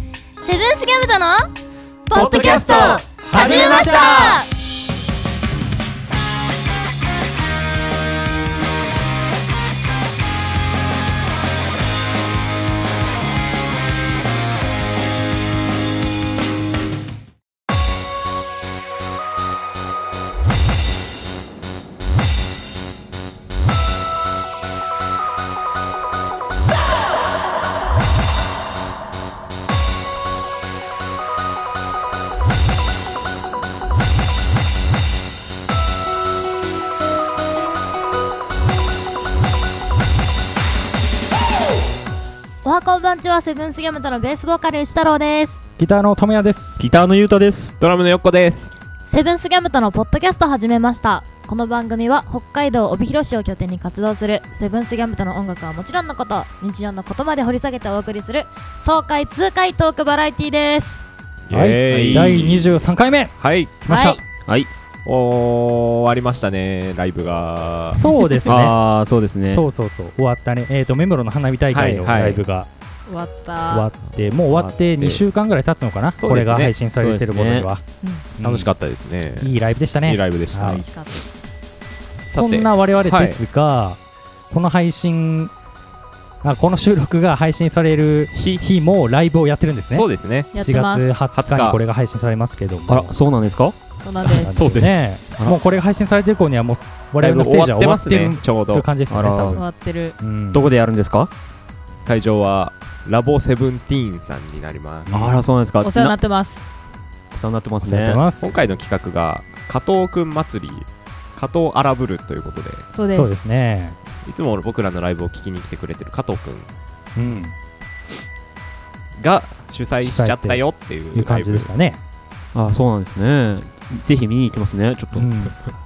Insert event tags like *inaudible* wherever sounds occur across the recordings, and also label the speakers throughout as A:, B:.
A: ルースギャムとの
B: ポッドキャスト始めました
A: おはこんばんちはセブンスギャムとのベースボーカル吉太郎です
C: ギターのともやです。
D: ギターのゆうたです。
B: ドラムのよっこです
A: セブンスギャムとのポッドキャスト始めましたこの番組は北海道帯広市を拠点に活動するセブンスギャムとの音楽はもちろんのこと日常のことまで掘り下げてお送りする爽快痛快トークバラエティーです
C: はい、第23回目
B: はい
C: 来ました。
A: はい
B: おー終わりましたねライブが
C: そうですね。
D: ああ、そうですね。
C: そうそうそう終わったね。えっ、とメモロの花火大会の
B: はいはい
C: ライブが
A: 終わった
C: 終わって、もう終わっ
B: 終わ
C: て
B: って
C: 2週間ぐらい経つのかな。
B: そう
C: こ
B: で
C: れ
B: すね
C: が配信されてるものには、うん
B: 楽しかったですね
C: いいライブでしたね。
B: いいライブでした
C: は
A: 楽
C: い
A: しかった
B: さ
C: そ
B: て
C: んな我々ですが、この配信あこの収録が配信される日日もライブをやってるんですね。
B: そうですね
A: やっ
C: 4
A: てま
C: 月
A: す
C: 20日にこれが配信されますけども。
D: あら、そうなんですか。
A: そうなんです
B: *laughs* そうです
C: ね
D: あら
C: もうこれが配信されてる頃にはもう我々のステージは終わってる
B: ねちょうど
C: 感じですよね
D: あら
C: 多
A: 終
C: 分
A: わってる
C: うん
D: どこでやるんですか。
B: 会場はラボセブンティーンさんになります
D: あら、そうなんですか。
A: お世話にな
D: っ
A: ってます
D: お世話になってま
C: お
D: す
C: 世話になっ
D: ね
C: て。ます
B: 今回の企画が加藤くん祭り加藤荒ぶるということで
A: そうです
C: そうですね
B: いつも僕らのライブを聞きに来てくれてる加藤くん
C: うん
B: が主催しちゃったよってい
C: いう
B: うラ
C: 感
B: イ
C: じ
B: ブ
C: でしたね
D: あ、そうなんですね。ぜひ見に行きますね。ちょっと。
C: うん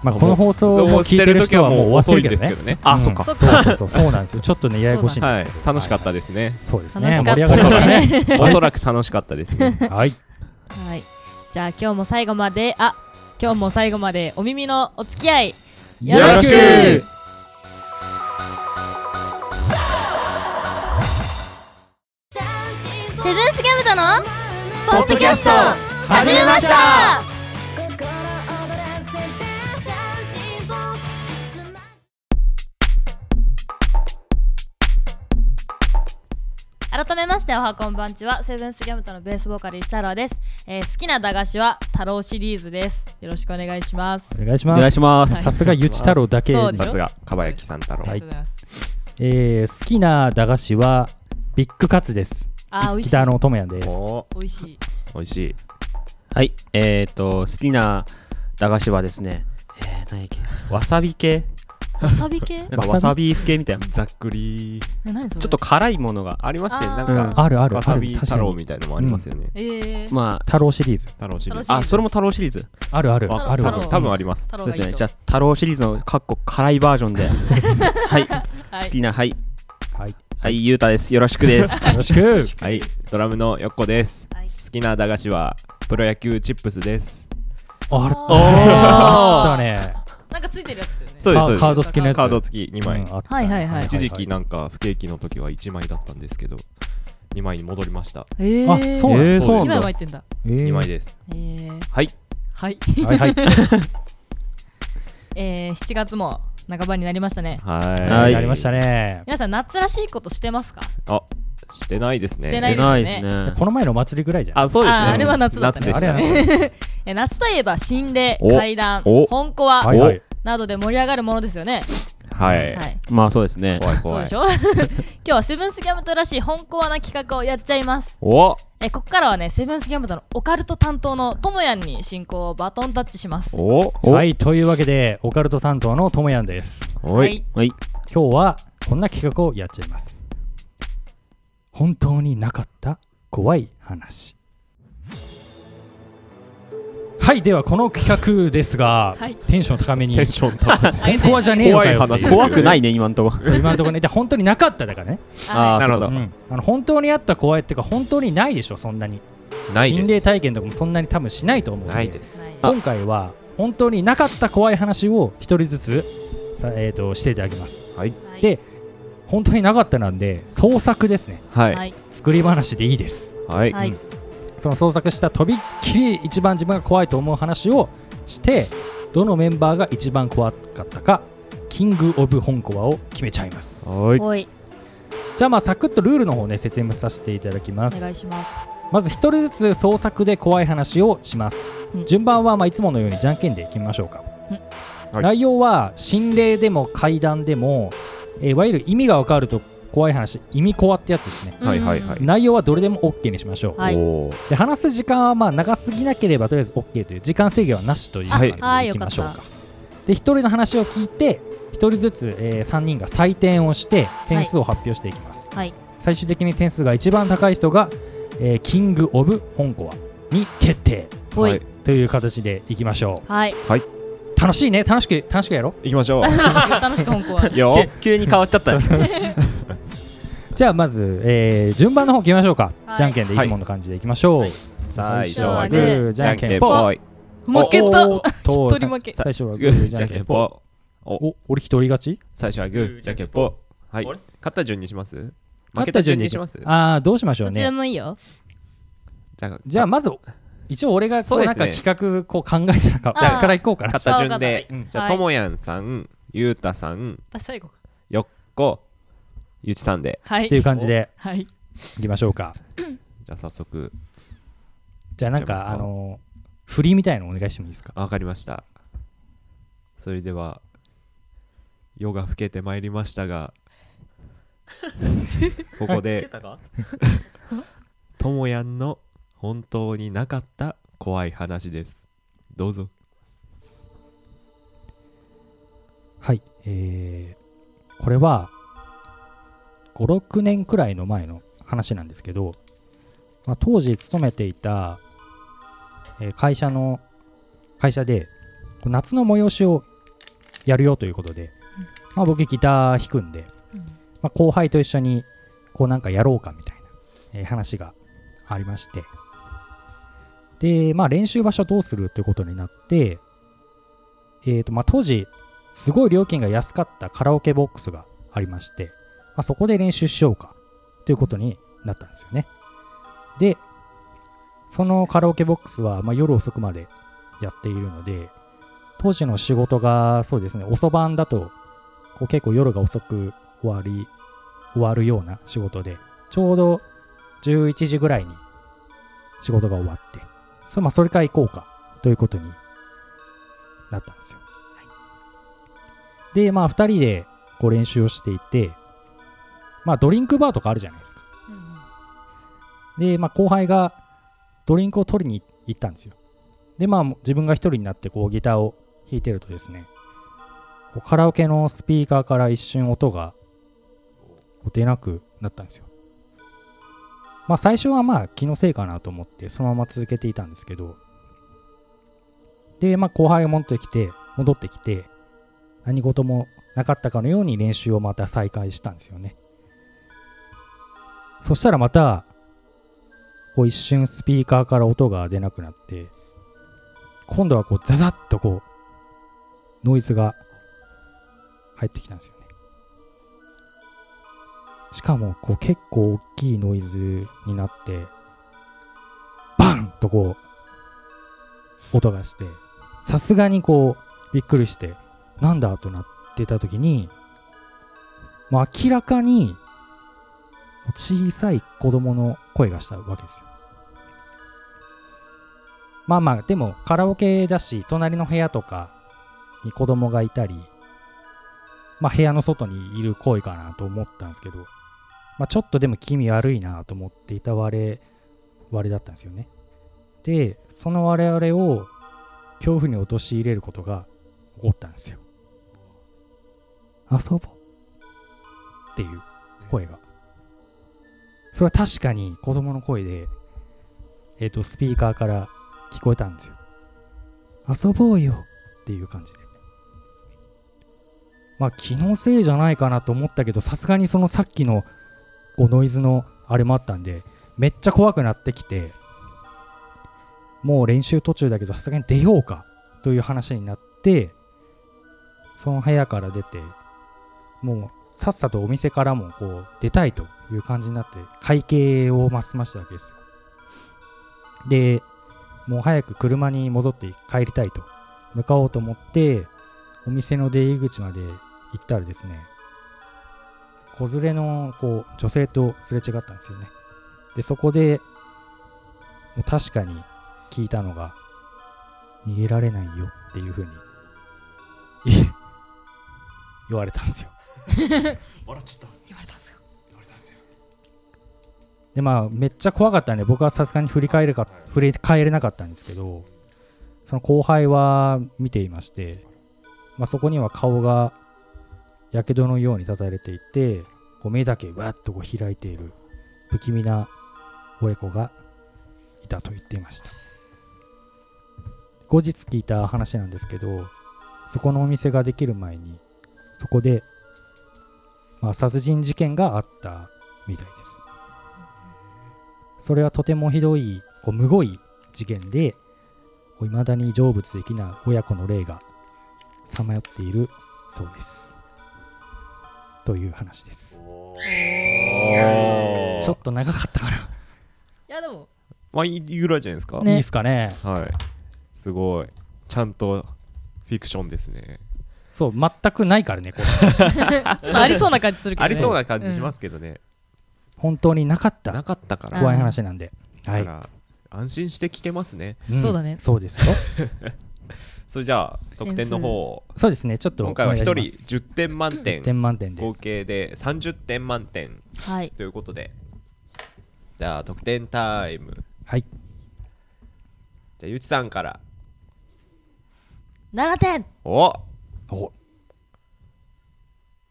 C: まあこの放送を聞いてる人はもう終わってるけどね
B: どね
D: あ、
C: うん
D: そっか。
A: そっ
C: そ
A: か
C: うそうそうそうなんですよちょっとねややこしいん
B: は
C: で
B: い
C: すけど
B: 楽しかったたですね
C: そうです
A: 楽
C: ね
A: しか
C: 盛
A: ったです
C: り上が
A: ね
C: りました
B: *laughs*
C: ね
B: おそらく楽しかったですね
C: はい
A: はい。じゃあ今日も最後まで、あ、今日も最後までお耳のお付き合い *laughs* よろしくセブンスギャムとのポッドキャスト始めました改めましておはこんばんちはセブンスギャムとのベースボーカル石太郎です、えー好きな駄菓子は太郎シリーズですよろしくお願いします
C: お願いし
D: お
C: ま
D: 願い
C: す
D: しま
A: は
D: す。
A: い
C: さすがゆち太郎だけ
A: そうでしょ
B: さすが蒲焼さん太郎
A: あ
C: はい
A: りがとうございます
C: えー好きな駄菓子はビッグカツです
A: あー美味しい
C: 北野智也です
B: おー
A: 美味しい
B: 美味しい
D: はい、えっと、好きな駄菓子はですね。えー、何やっけ。わさび系。
A: わさび系
D: なんかわさび系みたいな。ち
B: ざっくり
A: え何それ
D: ょっと辛いものが。
B: ありましたよ
A: あ
B: なん
A: ー
B: か
C: あるある
B: わさ
C: ある
B: び
C: 確
B: 太
C: か
B: 郎
C: に
B: みたいのもありますよね
A: えー、
D: ま
C: 太郎シリーズ
B: 太郎シリーズ
D: あ、あ、それも太郎シリーズ。
C: あるある
B: わ
C: ある
B: 多
A: 太
C: わ
A: 郎
B: 分多分あります
A: 太郎
D: そう
A: がいい
D: です
A: と
D: ね。じゃあ、太郎シリーズのかっこ辛いバージョ
A: *laughs*
D: ンで。はい。
A: は
D: 好
A: い
D: きな、はい。
C: はい
D: はい、ゆうたです。よろしくです。
A: *laughs*
C: よろしく
B: はいドラムのよっこです
A: はい
B: 好きな駄菓子はプロ野球チップスです
C: ある
A: おー
C: あったね
A: なんかついてるやつだよね
B: そうですそうです
C: カード付きのやつ
B: カード付き2枚
C: うんあった
A: はいはいはい
B: 一時期なんか不景気の時は1枚だったんですけど2枚に戻りました
A: えー、
C: あそう
D: え
C: なん
D: ー、そうなん
A: 今
D: だ
A: は。入ってんだ
C: えー
B: 2枚です
A: えー、
B: はい
A: はい
C: はいはい
A: えー、7月も半ばになりましたね
B: はい
D: はい
C: やりましたね
A: 皆さん夏らしいことしてますか
B: あしてないです
A: し
B: ね
A: てないですね
D: ないですね。
C: この前の祭りぐらいじゃん
B: あそうですね
A: ああれは夏だった
B: 夏
A: ね
B: でした
C: あれは
B: ね
A: え夏といえば心霊
B: お
A: 怪談
B: お
A: 本コア
C: はいはい
A: などで盛り上がるものですよね
B: は
A: はい、
B: い
D: まあそうですね。
B: 怖い
A: そう
B: 怖
A: で
B: い
A: しょ *laughs* 今日はセブンスギャムトらしい本コアな企画をやっちゃいます
B: お
A: えここからはねセブンスギャムトのオカルト担当のともやんに進行をバトンタッチします
B: お
D: お
C: はいというわけでオカルト担当のともやんです
B: お
A: はい
B: い
D: *laughs* はい。
C: 今日はこんな企画をやっちゃいます本当になかった怖い話はいではこの企画ですが、
A: はい
C: テンション高めに
B: テンション高い
A: あげて
C: 本コアじゃねえのかよ
B: 怖い話
C: ってう
D: 怖くないね、今んとこ。
C: そう今のところねで本当になかっただからね、
A: は
D: あー
B: なるほ
C: う
B: ど
C: ん、あの本当にあった怖いっていうか本当にないでしょそんなに
B: ない
C: 心霊
B: です
C: 体験とかもそんなに多分しないと思うんで
B: ないで
A: い
B: す
A: ない
D: あ
C: 今回は本当になかった怖い話を一人ずつさ、えー、としていただきます
A: はい
C: で本当になかったなんで創作ですね
B: は
A: はいい
C: 作り話でいいです
B: はい
A: はい
C: その創作したとびっきり一番自分が怖いと思う話をしてどのメンバーが一番怖かったかキング・オブ・本コアを決めちゃいます
B: は
A: おい
C: じゃあまあサクッとルールの方をね説明させていただきま
A: お願い
C: す
A: します
C: まず1人ずつ創作で怖い話をします、
A: うん
C: 順番はまあいつものようにじゃんけんでいきましょうか、
B: はい
C: 内容は心霊でも怪談でも、えーいわゆる意味が分かると怖い話意味怖ってやつですね
B: はいはいはい
A: うん
C: 内容はどれでも OK にしましょう、
A: はい
B: おお。
C: で話す時間はまあ長すぎなければとりあえず OK という時間制限はなしという
A: あ
C: 感じで
A: はい
C: いきましょう
A: あー
C: か。で1人の話を聞いて1人ずつ、え3人が採点をして点数を発表していきます、
A: はい
C: 最終的に点数が一番高い人が、えーキング・オブ・本コアに決定
A: おい
B: はい
C: という形でいきましょ
A: はい
C: う楽しいね楽しく楽しくやろう
B: 行きましょう。
A: 楽しく本校
B: *laughs*
A: は
B: いいよ。
D: け *laughs* 急に変わっちゃった
C: じゃあまず、えー順番の方いきましょうか、
A: はい
C: じゃんけんでいつもの感じでいきましょう、
A: はい
B: 最
A: 初はグ
C: ーじゃんけんぽ
B: じゃん
A: 負けた
C: おーっと
A: 一人負け
C: 最初は
B: ぽ
C: グーじ
B: じ
C: ゃ
B: ゃ
C: ん
B: ん
C: け
B: け
C: ん
B: ん
C: ぽ
B: ぽ
C: お俺一人勝ち
B: 最初はグーじゃんけんぽはい
D: あれ
B: 勝った順にします負け
C: 勝った
B: た順
C: 順でい
B: に
C: き
B: しま
C: ますすああどうしましょ
A: ど
C: う
A: っちで
C: ね
A: もいいよ
B: じゃあ
C: じゃあまず一応俺がこ
B: そう
C: う
B: です
C: な
B: ね
C: んか企画こう考えてたか
A: あー
C: らからいこうかな
B: 勝った順で
C: うん
B: じゃあ
A: はい
B: ともやんさんゆうたさん
A: 私最後か
B: こゆちさんで
A: はい
C: っていう感じで
A: はい
C: いきましょうか
B: じゃあ早速
C: じゃあなん
B: いっちゃい
C: か
B: ます
C: あ
B: か
C: のー振りみたいのお願いしてもいいですか
B: あわかりましたそれでは夜が更けてまいりましたがここで *laughs* ともやんの本当になかった怖い話ですどうぞ
C: はいえーこれは56年くらいの前の話なんですけど、まあ、当時勤めていた、えー会社の会社でこう夏の催しをやるよということで、まあ、僕ギター弾くんでまあ、後輩と一緒にこうなんかやろうかみたいな、えー話がありましてで、まあ、練習場所どうするということになって、えーとまあ、当時すごい料金が安かったカラオケボックスがありまして、まあ、そこで練習しようかということになったんですよねでそのカラオケボックスは、まあ、夜遅くまでやっているので当時の仕事がそうですね遅番だとこう結構夜が遅く終わり終わるような仕事でちょうど11時ぐらいに仕事が終わってそ,、まあ、それから行こうかということになったんですよ、でまあ2人でこう練習をしていてまあドリンクバーとかあるじゃないですかで、まあ、後輩がドリンクを取りに行ったんですよ。で、まあ、自分が一人になってこうギターを弾いてるとですね、こうカラオケのスピーカーから一瞬音がこう出なくなったんですよ。まあ、最初はまあ気のせいかなと思って、そのまま続けていたんですけど、で、まあ、後輩が戻ってきて、戻ってきて、何事もなかったかのように練習をまた再開したんですよね。そしたらまた、こう一瞬スピーカーから音が出なくなって今度はこうザザッとこうノイズが入ってきたんですよねしかもこう結構大きいノイズになってバンとこう音がしてさすがにこうびっくりしてなんだとなってた時にもう明らかに小さい子供の声がしたわけですよ。まあまあ、でもカラオケだし、隣の部屋とかに子供がいたり、まあ部屋の外にいる声かなと思ったんですけど、まあちょっとでも気味悪いなと思っていた我々だったんですよね。で、その我々を恐怖に陥れることが起こったんですよ。遊ぼうっていう声がそれは確かに子供の声で、えっ、と、スピーカーから聞こえたんですよ。遊ぼうよっていう感じで。まあ、気のせいじゃないかなと思ったけど、さすがにそのさっきのこうノイズのあれもあったんで、めっちゃ怖くなってきて、もう練習途中だけど、さすがに出ようかという話になって、その部屋から出て、もうさっさとお店からもこう出たいという感じになって会計をま済ましたわけですよでもう早く車に戻って帰りたいと向かおうと思ってお店の出入り口まで行ったらですね子連れのこう女性とすれ違ったんですよねでそこでもう確かに聞いたのが逃げられないよっていうふうに *laughs* い言われたんですよ
E: *laughs* 笑っちゃった
A: 言われたんですよ
E: 笑ったんですよ
C: でまあめっちゃ怖かったんで僕はさすがに振り返れか振り返れなかったんですけどその後輩は見ていまして、まあ、そこには顔がやけどのようにたたれていてこう目だけわっとこう開いている不気味な親子がいたと言っていました後日聞いた話なんですけどそこのお店ができる前にそこで、まあ、殺人事件があったみたいですそれはとてもひどい、こうむごい事件で、いまだに成仏できない親子の霊がさまよっているそうです。という話です。
D: おー
C: ちょっと長かったかな。
A: いやでも
B: まあいいぐらいじゃないですか、
A: ね
C: いいですかね。
B: はいすごいちゃんとフィクションですね
C: そう、全くないから
A: *laughs*
C: ね、これ。
A: ちょっとありそうな感じするけど、ね、
B: ありそうな感じしますけどね、
C: 本当になかっ
B: な
C: た
B: かったから
C: 怖い話なんで。は
B: だ
C: い
B: か。ら安心して聞けますね
C: ん
A: そうだね
C: そうですよ。
B: それじゃあ得点の方を
C: そうですね、ちょっと
B: 今回は1人
C: お願いします
B: 10点満点
C: 点満点で。
B: 合計で30点満点
A: はい
B: ということでじゃあ得点タイム
C: はい。
B: じゃあゆちさんから
A: 7点
B: お
C: お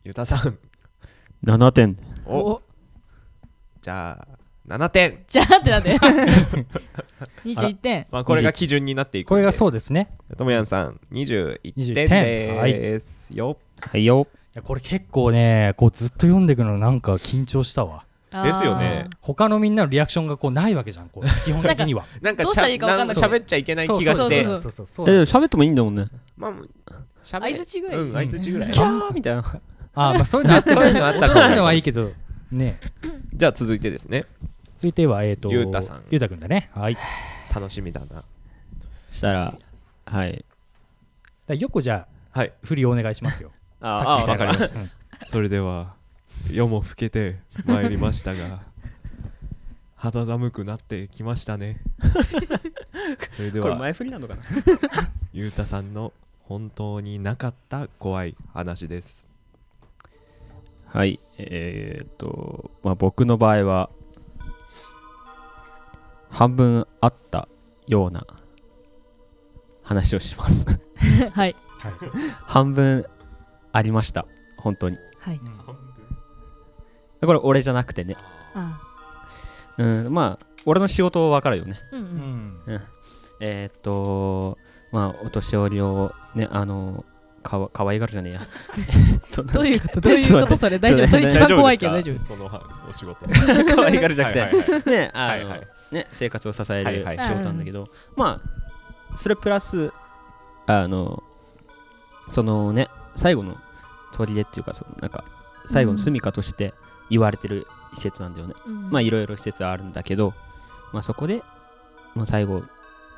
B: ゆたさん
D: 7点
B: おじゃあ7点
A: じゃあってなん
D: *laughs*
A: で21点
B: まあこれが基準になっていくんで
C: これがそうですね。
B: ともやんさん21
C: 21
B: 点ですよ、
D: はいよ
C: いやこれ結構ね、こうずっと読んでいくのなんか緊張したわ。
B: ですよね
C: 他のみんなのリアクションがこうないわけじゃん、こ
B: *laughs*
C: う基本的には。
B: なんか
A: どうしたらいいかわかんなくて
B: なんか喋っちゃいけない気が
A: そうそ
B: し
A: う
B: て
A: そう
C: そうそうそ
D: え
C: うそう
D: でも喋ってもいいんだもんね
B: まあ喋
A: 相槌ぐらい
B: うん相槌ぐらい
D: キャーみたいな
C: あーまあそういうのあって
B: そういうのあった
C: そういうのはいいけど、ね。
B: じゃあ続いてですね
C: 続いては、えっ、と、
B: ゆうたさん
C: ゆうたくんだね。はい。だか
B: 楽しみだな
D: した *laughs* らはい
C: らよくじゃあ、
B: はい
C: 振りお願いしますよ。
B: ああ
C: さ
B: わ
C: っき
B: かりました
C: た。うん
B: それでは夜も更けてまいりましたが肌寒くなってきましたねそれで
D: これ
B: は
D: 前振りなのかな
B: ゆうたさんの本当になかった怖い話です
D: はい、えーっと、まあ、僕の場合は、半分あったような話をします。 *laughs*
A: はい
D: 半分ありました、本当に。
A: はい
D: これ、俺じゃなくてね。
A: あ
D: うん、まあ、俺の仕事わかるよね。
A: ーうんう
C: うんん。
D: えーっと、まあ、お年寄りを、ね、あの、かわかわいがるじゃねえや。
A: *laughs* どういうことどういうことそれ大丈夫
D: ち
A: そ
D: ょっ
A: れ
D: と
A: 一番怖いけど大丈夫
B: そのお仕事
D: かわいがるじゃなくて、
B: はいはい
D: *laughs* ね、あの、
B: はいはい
D: ね、生活を支え
B: はい
D: る
B: はい
D: 仕事なんだけど、まあ、それプラス、あの、そのね、最後の砦っていうか、そのなんか、最後の住処として言われてる施設なんだよね。
A: うん
D: まあ、いろいろ施設はあるんだけど、まあ、そこで、まあ、最後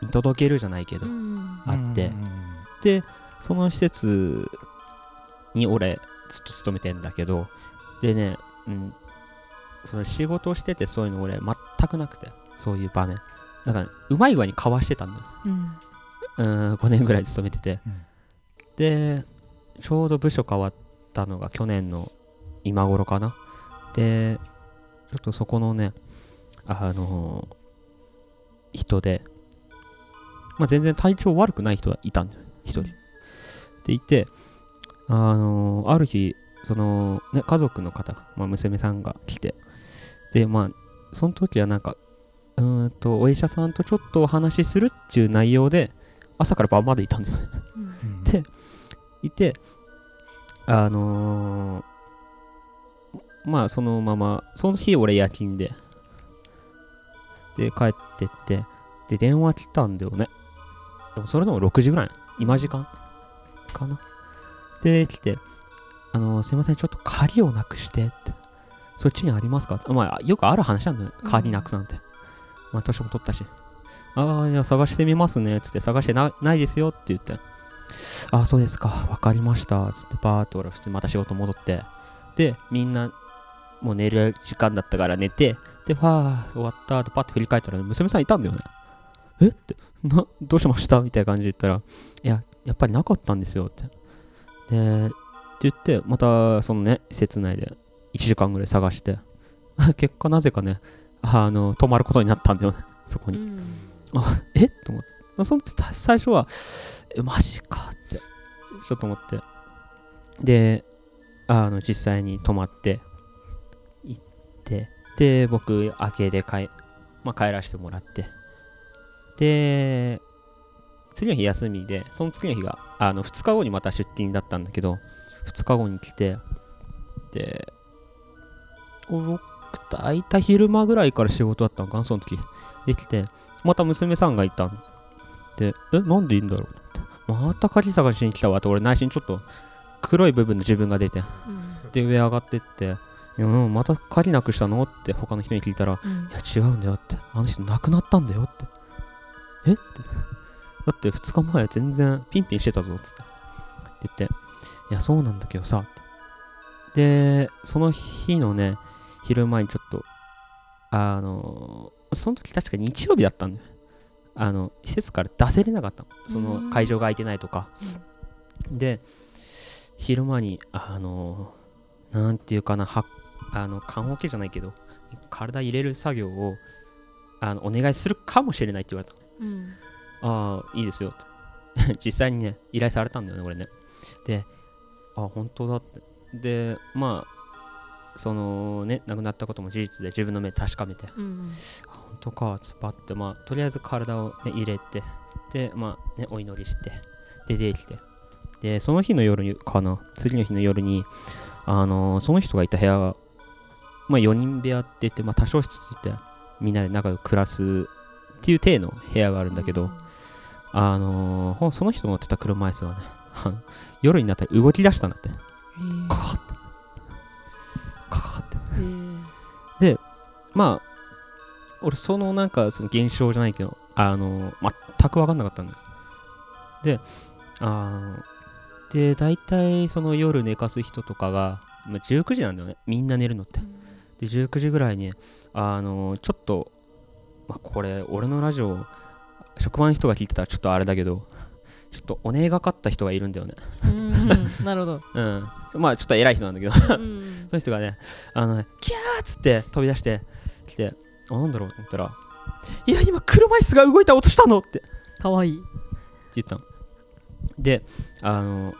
D: に届けるじゃないけど、
A: うん
D: あって
C: うん
D: でその施設に俺ずっと勤めてんだけどでね、うん、その仕事をしててそういうの俺全くなくてそういう場面だからうまい具合にかわしてたんだよ
A: うん
D: うーん5年ぐらい勤めてて、
C: うん
D: でちょうど部署変わったのが去年の今頃かなでちょっとそこのねあのー人で、まあ、全然体調悪くない人がいたんだよ一人、
A: うん
D: でいてあのーある日その、ね、家族の方が、まあ、娘さんが来てでまあその時はなんかうーんとお医者さんとちょっとお話しするっていう内容で朝から晩までいたんですよ *laughs* ね
A: うん
C: うん
D: でいてあのーまあそのままその日俺夜勤でで帰ってってで電話来たんだよねでもそれでも6時ぐらい今時間かなで来てあのーすいませんちょっと鍵をなくしてってそっちにありますかまあよくある話なんだよ
A: うん
D: 鍵なくすなんて、まあ年も取ったしああ、いや、探してみますね、つって、探してなないですよって言って、ああ、そうですか、わかりました、つって、バーっと俺、普通にまた仕事戻って、で、みんな、もう寝る時間だったから寝て、で、ファー、終わった後、パッと振り返ったら、娘さんいたんだよね。えって、 *laughs* な、どうしましたみたいな感じで言ったら、いや、やっぱりなかったんですよ、って。で、って言って、また、そのね、施設内で、1時間ぐらい探して、 *laughs* 結果、なぜかね、あの、泊まることになったんだよね、そこに。
A: うん
D: えっと思ってそのた最初はえマジかってちょっと思ってであの実際に泊まって行ってで僕明けで帰,、まあ、帰らせてもらってで次の日休みでその次の日があの2日後にまた出勤だったんだけど2日後に来てで僕大体昼間ぐらいから仕事だったのかなその時できてまた娘さんがいたんで、え、なんでいいんだろうと思ってまた鍵探しに来たわって、俺内心ちょっと黒い部分の自分が出て、
A: うん
D: で、上上がってって、いや、うんまた鍵なくしたのって他の人に聞いたら、
A: うん
D: いや、違うんだよって、あの人亡くなったんだよって。えって。だって2日前全然ピンピンしてたぞっつって。って言って、いや、そうなんだけどさ。ってで、その日のね、昼前にちょっと、あの、その時確か日曜日だったんだよ。あの、施設から出せれなかったの。そ
A: うん
D: の会場が空いてないとか。で、昼間に、あの、なんていうかな、はあの、缶桶じゃないけど、体入れる作業を、あの、お願いするかもしれないって言われたの
A: うん
D: ああ、いいですよ *laughs* って。実際にね、依頼されたんだよね、これね。で、あ本当だって。で、まあ、そのね、亡くなったことも事実で自分の目で確かめて、
A: うん
D: あ本当か、つばって、まあ、とりあえず体を、ね、入れて、で、まあ、ね、お祈りして、で、出てきて。で、その日の夜にかな、次の日の夜に、あのーその人がいた部屋が、まあ、4人部屋って言って、まあ、多少室って言って、みんなで仲良く暮らすっていう体の部屋があるんだけど、あのーほんその人乗ってた車椅子はね、あの夜になったら動き出したんだって。
A: へー
D: カカって。カカって。
A: へー
D: まあ、俺、そのなんか、その現象じゃないけど、あのー全く分かんなかったんだよ。で、あので、大体その夜寝かす人とかが、まあ、19時なんだよね。みんな寝るのって。で19時ぐらいにあのちょっと、まあ、これ俺のラジオ職場の人が聞いてたらちょっとあれだけどちょっとお願いがかった人がいるんだよね
A: うんなるほど
D: うんまあちょっと偉い人なんだけど
A: うん
D: その人がねあのねキャーっつって飛び出してきてあなんだろうと思ったら「いや今車椅子が動いた音したの!」って
A: かわいい
D: って言ったの。で、あの、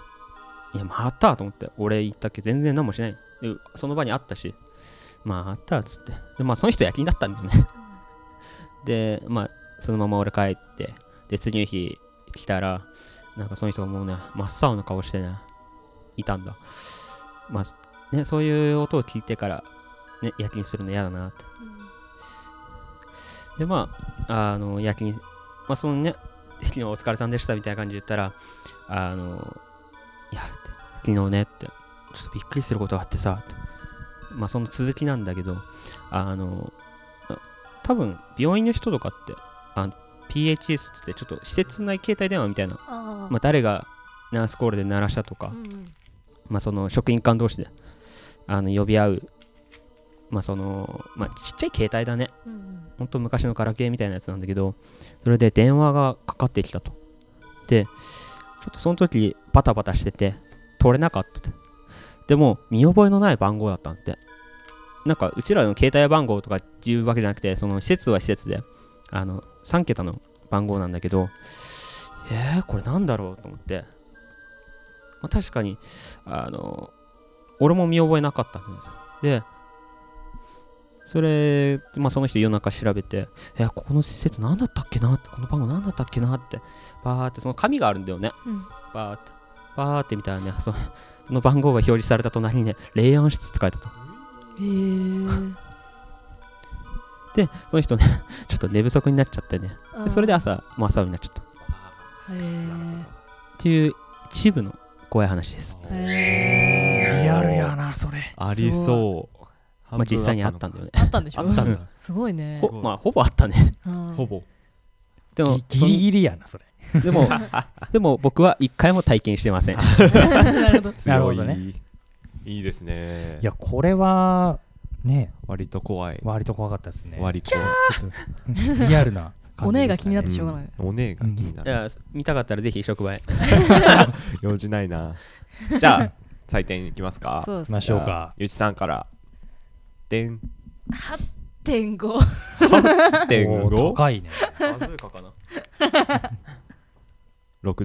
D: いや、またと思って、俺言ったっけ全然何もしない。でその場にあったし、またっつって。で、まあ、その人夜勤だったんだよね。で、まあ、そのまま俺帰って、で、次の日来たら、なんかその人がもうね、真っ青な顔してね、いたんだ。まあ、ね、そういう音を聞いてから、ね、夜勤するの嫌だなって。で、まあ、あの、夜勤、まあ、そのね、昨日お疲れさんでしたみたいな感じで言ったら、あの、いや、って昨日ねって、ちょっとびっくりすることがあってさ、ってまあその続きなんだけど、あの、あ多分病院の人とかって、あの PHS ってってちょっと施設内携帯電話みたいな、
A: あ
D: まあ誰がナースコールで鳴らしたとか、
A: あうん
D: まあ、その職員間同士であの呼び合う、まあそのまあ、ちっちゃい携帯だね、
A: うん
D: 本当昔のガラケーみたいなやつなんだけど、それで電話がかかってきたと。で、ちょっとその時バタバタしてて、取れなかったって。でも、見覚えのない番号だったんだって。なんか、うちらの携帯番号とかっていうわけじゃなくて、その施設は施設で、あの、3桁の番号なんだけど、えー、これなんだろうと思って。まあ、確かに、あの、俺も見覚えなかったんですよ。で、それ、まあ、その人夜中調べて、いや、ここの施設何だったっけなって、この番号何だったっけなって、バーって、その紙があるんだよね。
A: うん
D: バーって、バーって見たらね、そのその番号が表示された隣にね、霊安室って書いてあった。
A: へー
D: で、その人ね、 *laughs* ちょっと寝不足になっちゃってね、
A: あ
D: で
A: ー
D: それで朝、もう朝になっちゃった。っ
A: へー
D: ていう、一部の怖い話です。
A: へー
C: リアルやなそれ
B: ありそう
D: まあ、実際にあったんだ
B: よ
D: よね。
A: あったんでし
B: あ
A: ょ
B: ったんだ
A: すごいね
D: *laughs* ほまあ、ほぼあったね。
A: はい
B: ほぼ
D: でも
C: ギリギリやなそれ
D: そんでもでも僕は一回も体験してません
A: なるほど
C: なる
B: 強
C: ほ
B: い
C: どね
B: いいですね
C: いやこれはね
B: 割と怖い
C: 割と怖かったですね
B: 割と
C: ちょっとリアルな
A: お
C: 感じ
A: 姉
C: で
A: が
C: し
A: 気
C: た
A: にな
C: ね
A: ってしょうがない、
B: お姉が気にないる
D: や見たかったらぜひ職 *laughs* 場へ
B: 用事ないなじゃあ採点いきますか
A: そうで
C: 行き
A: す
C: ま
A: ね
C: しょうか
B: ゆちさんから
C: *laughs*
B: 点
A: 8.5
C: おー
B: 8.56
C: 高いね
D: バズーカかな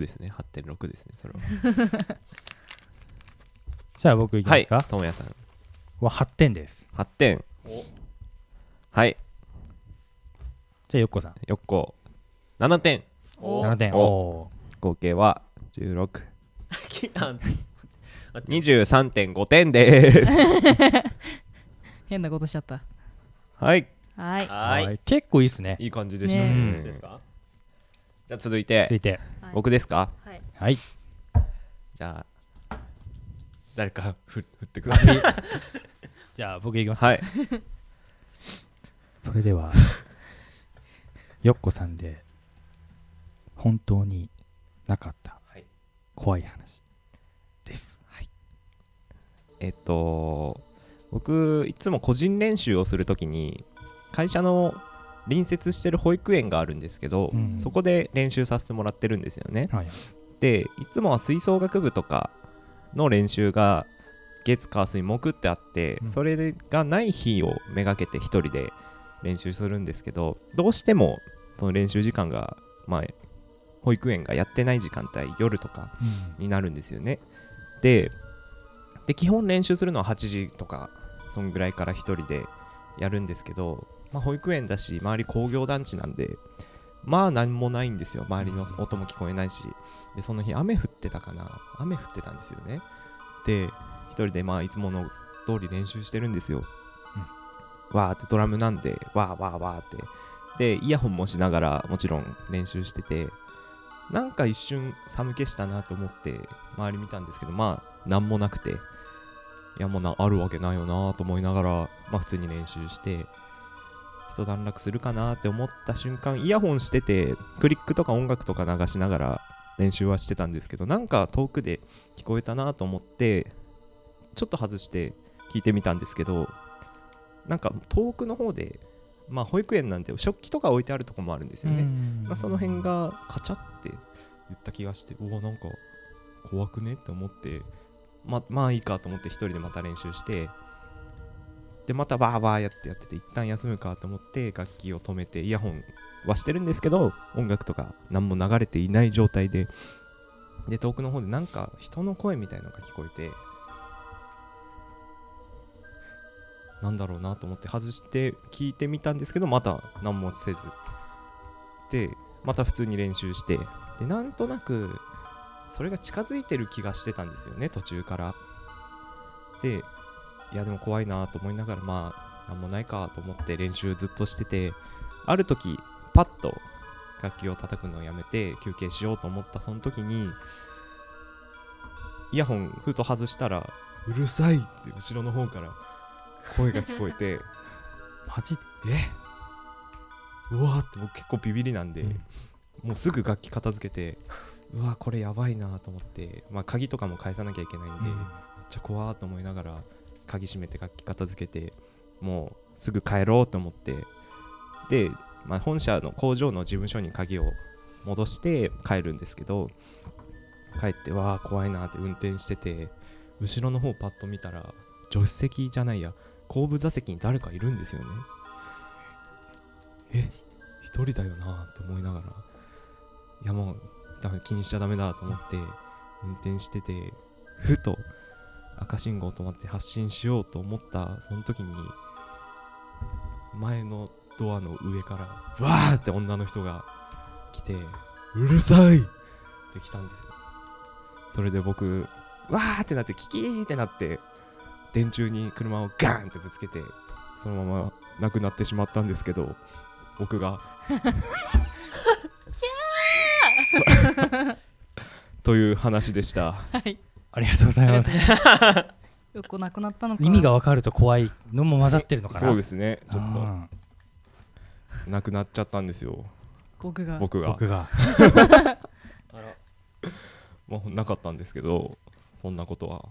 B: ですね8.6ですねそれは
C: じゃあ僕いきますか、
B: はいともやさん
C: は8点です
B: 8点はい
C: じゃあよっこさん
B: よっこ7点
A: お
C: 7点
B: お
C: お
B: 合計は16
D: あ
B: 23.5点です
C: *laughs*
A: 変なことしちゃった
B: はい
A: はい
C: ー
D: はい
C: はい結構いいっすね
B: いい感じでした
C: ね
B: ね
D: そうですか
B: じゃあ続いて
C: 続いて
B: 僕ですか
A: はい
C: はい
B: じゃあ誰かふ振ってください
C: じゃあ僕いきます
B: はい
C: それではよっこさんで本当になかった
B: はい
C: 怖い話です、
B: えっと僕いつも個人練習をするときに会社の隣接してる保育園があるんですけど、
C: うん
B: そこで練習させてもらってるんですよね
C: はい
B: でいつもは吹奏楽部とかの練習が月火水木ってあって、
C: うん
B: それがない日をめがけて1人で練習するんですけどどうしてもその練習時間が、まあ、保育園がやってない時間帯夜とかになるんですよね。でで基本練習するのは8時とかそんぐらいから1人でやるんですけど、まあ、保育園だし周り工業団地なんでまあ何もないんですよ周りの音も聞こえないしでその日雨降ってたかな雨降ってたんですよねで1人でまあいつもの通り練習してるんですよ、わーってドラムなんでわーわーわーってでイヤホンもしながらもちろん練習しててなんか一瞬寒気したなと思って周り見たんですけどまあ何もなくていやもうなあるわけないよなと思いながらまあ普通に練習して一段落するかなって思った瞬間イヤホンしててクリックとか音楽とか流しながら練習はしてたんですけどなんか遠くで聞こえたなと思ってちょっと外して聞いてみたんですけどなんか遠くの方でまあ保育園なんて食器とか置いてあるとこもあるんですよね、まあ、その辺がカチャって言った気がしておおなんか怖くねって思ってままあいいかと思って一人でまた練習してでまたバーバーやってやってて一旦休むかと思って楽器を止めてイヤホンはしてるんですけど音楽とか何も流れていない状態でで遠くの方でなんか人の声みたいのが聞こえてなんだろうなと思って外して聞いてみたんですけどまた何もせずでまた普通に練習してでなんとなくそれが近づいてる気がしてたんですよね途中からでいやでも怖いなと思いながらまあなんもないかと思って練習ずっとしててある時パッと楽器を叩くのをやめて休憩しようと思ったその時にイヤホンふと外したらうるさいって後ろの方から声が聞こえて
C: マジ
B: えうわーって僕結構ビビりなんで、
C: うん
B: もうすぐ楽器片付けてうわーこれやばいなと思って、まあ、鍵とかも返さなきゃいけないんで、めっちゃ怖ーと思いながら鍵閉めて楽器片付けてもうすぐ帰ろうと思ってで、まあ、本社の工場の事務所に鍵を戻して帰るんですけど帰ってわー怖いなーって運転してて後ろの方パッと見たら助手席じゃないや後部座席に誰かいるんですよねえ一人だよなって思いながらいやもうダメ気にしちゃダメだと思って運転しててふと赤信号止まって発進しようと思ったその時に前のドアの上からわーって女の人が来てうるさいって来たんですよそれで僕わーってなってキキーってなって電柱に車をガーンってぶつけてそのまま亡くなってしまったんですけど僕が *laughs* という話でした
A: はい
C: ありがとうございます
A: よくなくなったのか
C: 意味が分かると怖いのも混ざってるのかな
B: そうですねちょっ
C: あ
B: となくなっちゃったんですよ
A: 僕が
B: 僕が
C: 僕が
B: まあ、なかったんですけどそんなことは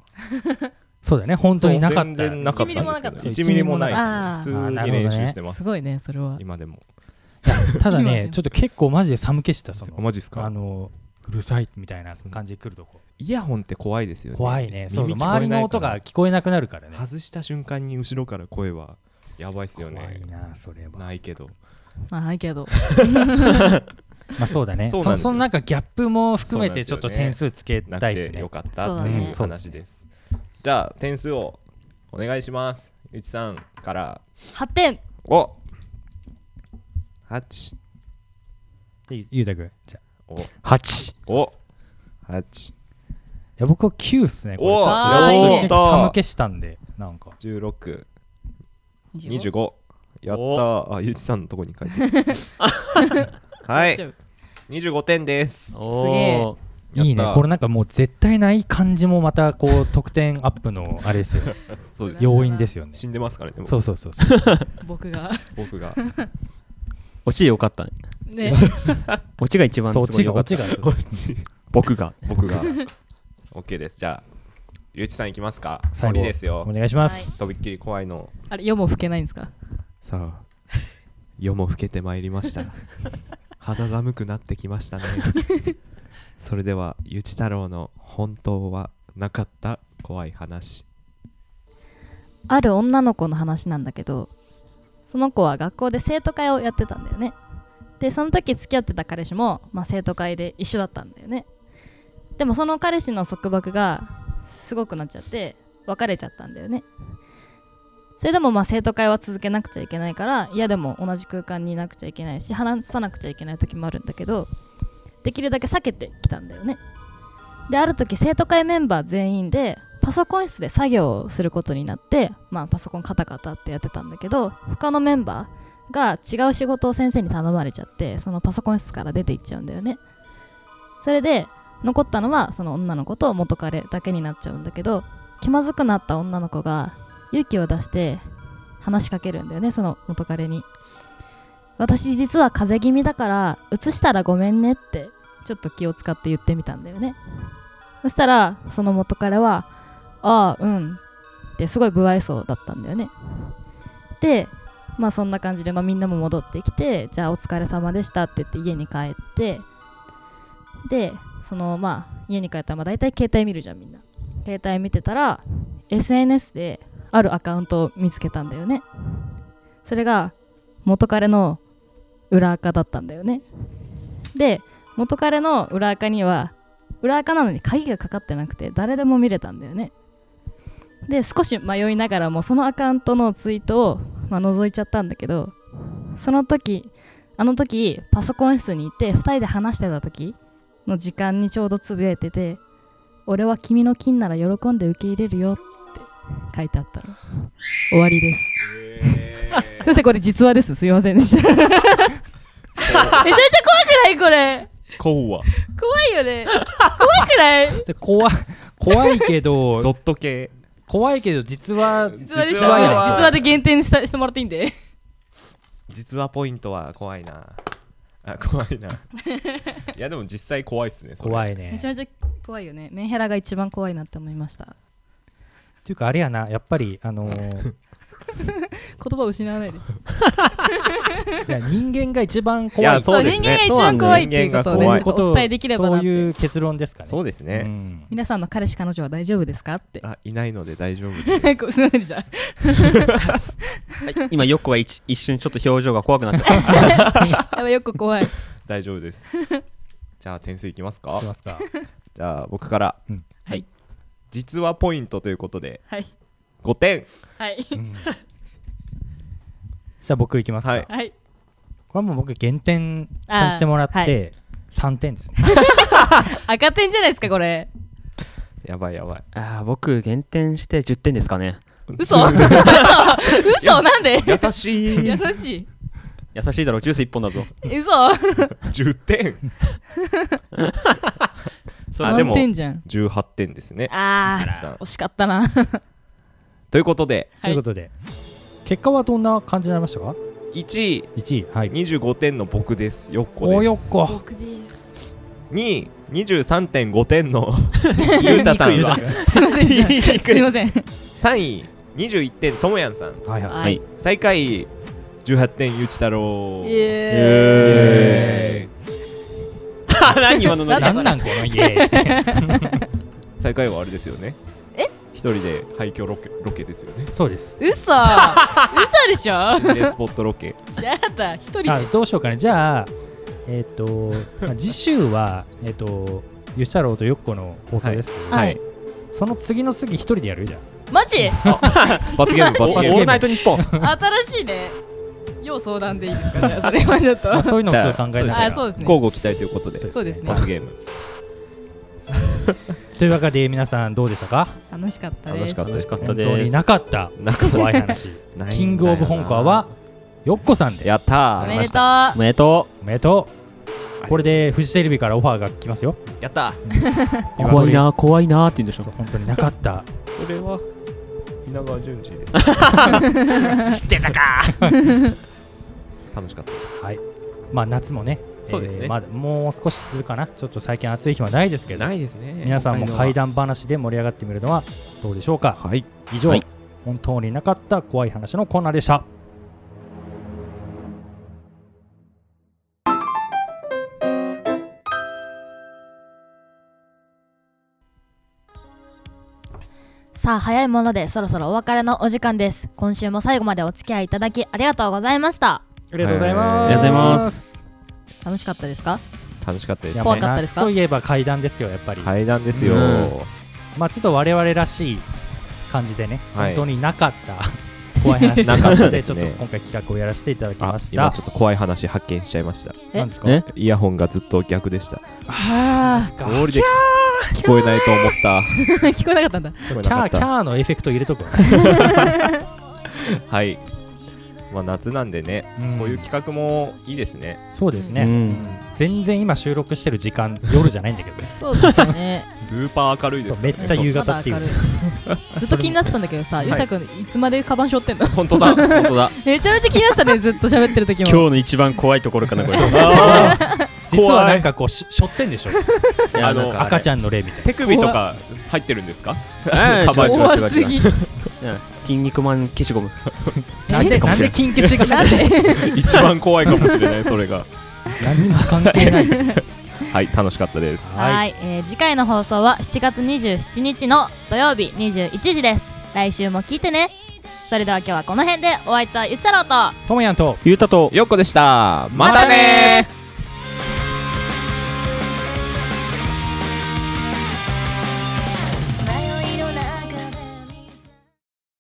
C: そうだよね本当になかった
B: 全然なかったんですけど
C: 1
B: 1
C: ミ
B: ミ
C: リ
B: リ
C: も
B: も
C: な
B: な
A: かった
B: いですね
C: あー
B: 普
C: な
B: 通に
C: るほどね
B: 練習してます
A: すごいねそれは
B: 今でも
C: ただ
A: 今で
C: ね
A: も
C: ちょっと結構マジで寒気したその
B: マジっす
C: あ
B: か
C: のうるさいみたいな感じで来るとこ
B: イヤホンって怖いですよね
C: 怖いねそうそ
B: 耳
C: う
B: 聞こ
C: 周
B: え
C: り
B: ない
C: の音
B: から
C: が聞こえなくなるからね
B: 外した瞬間に後ろから声はやばいっすよ
C: 怖
B: ね
C: いなそれは
B: ないけど
A: ないけど
C: まあそうだね
B: そうなんで
C: そ
B: すよ
C: そのなんかギャップも含めてち
B: そ
C: ょっ
B: うな
C: と
B: んですよね
C: 点数つけ
B: な
C: たいです
B: くて
C: ね
B: よかった
A: そ
B: と
A: うだ
B: い
A: ね
B: う話ですじゃあ点数をお願いしますゆちさんから
A: 8点
B: 5 8
C: でゆうたくんじゃあ
D: 8。
B: お8
C: いや僕は9っすねこれ
B: お
C: ちょっ
A: あーいいね
C: と結構寒気したんでなんか
B: 1625
A: 25
B: やったーあゆちさんのとこに書いてあるはい25点です
A: すげえ
D: おー。
B: やった
C: いいねこれなんかもう絶対ない感じもまたこう得点アップのあれですよね
B: *laughs* そうです
C: 要因ですよね
B: 死んでますからね
C: そうそうそうそう
A: 僕が
B: 僕が
D: 落ちでよかったね。
A: ね
D: 落ちが一番す
C: そう
D: ご
C: 落ち
D: い
C: が
D: よかっ
C: 落
D: た
C: ち。が
B: *laughs*
C: そう
D: 僕が。
B: 僕が OK ですじゃあゆうちさんいきますか
C: 最後
B: 鳥ですよ
C: お願いします
B: とびっきり怖いの
A: あれ夜も吹けないんですか
B: さあ夜も更けてまいりました肌寒くなってきましたねそれではゆち太郎の本当はなかった怖い話
A: ある女の子の話なんだけどその子は学校で生徒会をやってたんだよねでその時付き合ってた彼氏も、まあ、生徒会で一緒だったんだよねでもその彼氏の束縛がすごくなっちゃって別れちゃったんだよねそれでもまあ生徒会は続けなくちゃいけないから嫌でも同じ空間にいなくちゃいけないし話さなくちゃいけない時もあるんだけどできるだけ避けてきたんだよねである時生徒会メンバー全員でパソコン室で作業をすることになって、まあ、パソコンカタカタってやってたんだけど他のメンバーが違う仕事を先生に頼まれちゃってそのパソコン室から出ていっちゃうんだよねそれで残ったのはその女の子と元彼だけになっちゃうんだけど気まずくなった女の子が勇気を出して話しかけるんだよねその元彼に私実は風邪気味だから移したらごめんねってちょっと気を使って言ってみたんだよねそしたらその元彼は「ああうん」ってすごい不愛想だったんだよねでまあそんな感じで、まあ、みんなも戻ってきてじゃあお疲れ様でしたって言って家に帰ってでそのまあ家に帰ったらまあ大体携帯見るじゃんみんな携帯見てたら SNS であるアカウントを見つけたんだよねそれが元彼の裏垢だったんだよねで元彼の裏垢には裏垢なのに鍵がかかってなくて誰でも見れたんだよねで少し迷いながらもそのアカウントのツイートを、まあ、覗いちゃったんだけどその時あの時パソコン室にいて2人で話してた時の時間にちょうどつぶやいてて「俺は君の金なら喜んで受け入れるよ」って書いてあったの終わりです先生これ実話ですすいませんでしためちゃめちゃ怖くないこれ
B: 怖
A: 怖いよね怖くない
C: で怖い怖い
B: *laughs*
C: けど
B: ゾッと系
C: 怖いけど実は
A: 実話でした
B: 実
A: 実
B: 話や
A: 話実話で減点したしてもらっていいんで
B: 実はポイントは怖いなあ怖い
C: *laughs*
B: ないやでも実際怖いっすねそれ
C: 怖い
A: め
C: ね
A: ちゃめちゃ怖いよねメンヘラが一番怖いなって思いました
C: っていうかあれやなやっぱりあの
A: *laughs*
C: ー
A: 言葉を失わないで
C: いや人間が一番
B: い
C: 怖い
B: やそうです
A: 人間が
B: ね
A: 一番怖いっていうこと
B: そ
A: を
B: う
A: ね
B: なん
A: ち
B: で
A: ょ
B: す
A: っとお伝えできればなっ
C: そうい
A: て
C: う結論ですかね
B: そうですね、
C: うん
A: 皆さんの彼氏彼女は大丈夫ですかって
B: あいないので大丈夫
C: *laughs*
A: こうすいませんでした
D: はい今、ヨッコが一一瞬ちょっと表情が怖くなっちゃった。
A: やばいよく怖い
B: 大丈夫ですじゃあ点数いきます
C: い
B: か
C: きます
A: *laughs*
C: か
B: じゃあ僕から、
C: うん
A: はい
B: 実はポイントということで
A: はい
B: 5点
A: はい
C: うんじゃあ僕いきますか、
B: はい
A: はい
C: これはもう僕減点させてもらっ
A: あーは
C: て3点ですね、
A: 赤点じゃないですかこれ
B: やばいやばい
D: あー僕、減点して10点ですかね。
A: 嘘嘘嘘なんで
B: 優しい
A: 優しい
D: 優しいだろ、ジュース1本だ *laughs* ぞ。
A: 嘘
B: 10点
D: そう。
B: あ
A: 満
B: でも
A: 点じゃん
B: 18点ですね
A: あ
B: さん
A: ー惜しかったな
B: ということで
A: はい
C: ということで結果はどんな感じになりましたか
B: 1位
C: 1位はい
B: 25点の僕ですよっこです
C: およっこ
A: 僕です。
B: 2位23.5点の
C: *laughs*
B: ゆうたさんは
A: すいませんでした。すいません。
B: 3位21点ともやんさん
C: はいはい
A: はい
B: 最下位18点ゆうち太郎
A: イ
B: エ
A: エ
B: ーイ何今の
A: だって
C: なんなんこの家
A: *laughs*
B: 最下位はあれですよね
A: え
B: 一人で廃墟ロケロケですよね
C: そうで
A: *laughs*
C: す
A: 嘘嘘でしょ
B: 心霊スポットロケ
A: じゃああなた一人
C: あ
A: で
C: どうしようかねじゃあえっ、と、まあ、次週はえっ、とゆしたろうとよっこの放送です、
A: はい
B: はい
C: その次の次一人でやるじゃん
A: マジ
B: 罰ゲー
A: *laughs*
B: ム
D: おオ
B: 罰ゲー
D: ー
B: ム
D: ルナイトニッポン。
A: 新しいね要相談でいいですかじゃあそれはちょっと *laughs*
C: まあ、そういうのをちょっと考えながら
A: あそうですね
B: 交互期待ということで
A: そうですね
B: 罰ゲーム
C: というわけで皆さんどうでしたか
A: 楽しかった
B: 楽
A: で
B: し
A: す
B: かったです
D: 楽しかった
C: 本
D: です
C: 当になかった
B: なか
C: 怖い話
B: ないんだよな
C: キングオブ香港はよっこさんで
B: やった
A: お
B: ー
A: めでとう
D: おめでと
C: おめでとうこれでフジテレビからオファーが来ますよ
B: やった
D: う。怖いな、怖いなって言うんでし
C: そう
D: ょ。
C: 本当になかった
B: それは稲川淳二です
A: *laughs*
C: *laughs*
B: 楽しかった
C: はいまあ夏もね
B: そうですね
C: まだもう少し続くかなちょっと最近暑い日はないですけど
B: いですね
C: 皆さんも怪談話で盛り上がってみるのはどうでしょうか
B: はい
C: 以上、
D: はい
C: 本当になかった怖い話のコーナーでした
F: さあ早いものでそろそろお別れのお時間です今週も最後までお付き合いいただきありがとうございました
C: ありがとうございます、
D: ありがとうございます。
A: 楽しかったですか
B: 楽しかったです
C: や
A: 怖かったですか
C: 夏といえば怪談ですよやっぱり、
B: 怪談ですよ
D: うん
C: まあちょっと我々らしい感じでね、
B: はい
C: 本当になかった怖い話
B: なかったです
C: ちょっ
B: ね
C: と今回企画をやらせていただき
B: あ
C: まし
B: 今
C: た
B: ちょっと怖い話発見しちゃいました
A: え
C: 何ですか
D: え
B: イヤホンがずっと逆でした
A: あ
C: か
B: 通りで聞こえないと思った
A: あ *laughs* 聞こえなかったんだ
B: 聞こえ
C: キャ
B: な
C: ーキャ
B: かっ
C: ーのエフェクト入れ
B: *laughs*
C: とくわ、
B: たはいまあ夏なんでね
C: うん
B: こういう企画もいいですね
C: そうですね、
D: うん
C: 全然今収録してる時間夜じゃないんだけどね
A: そうです *laughs* ね
B: スーパー明るいで
C: そう
B: す
C: めっちゃ夕方っていう
A: まだ明るい *laughs* ずっと気になってたんだけどさ
B: い
A: ゆうたくんいつまでカバン背負ってんの *laughs*
B: 本当だ本当だ
A: めちゃめちゃ気になったねずっと喋ってる時
D: *laughs* 今日
A: も
D: の一番怖いところかな、 *laughs* これ。
B: あ
C: 実はなんかこうししょってんでしょ
B: ーあの
C: 赤ちゃ
D: ゃん
C: んの例みたい
B: 手首とか入ってるんですか
D: ええ
B: カバンに
D: ちょっ
A: 怖すぎ
D: 筋肉マン消しゴム。
A: え
C: ななんでなんで金消しが
A: な
C: 入
A: ん
C: ってる
A: で
B: 一番怖いかもしれないそれが
C: 何にも関係 *laughs* ないはい
B: はい楽しかったです
F: はい、えー次回の放送は7月27日の土曜日21時です来週も聞いてねそれでは今日はこの辺でお会いいたいゆしたろうと
C: ともやんと
D: ゆうたと。
B: よっこでしたまたねー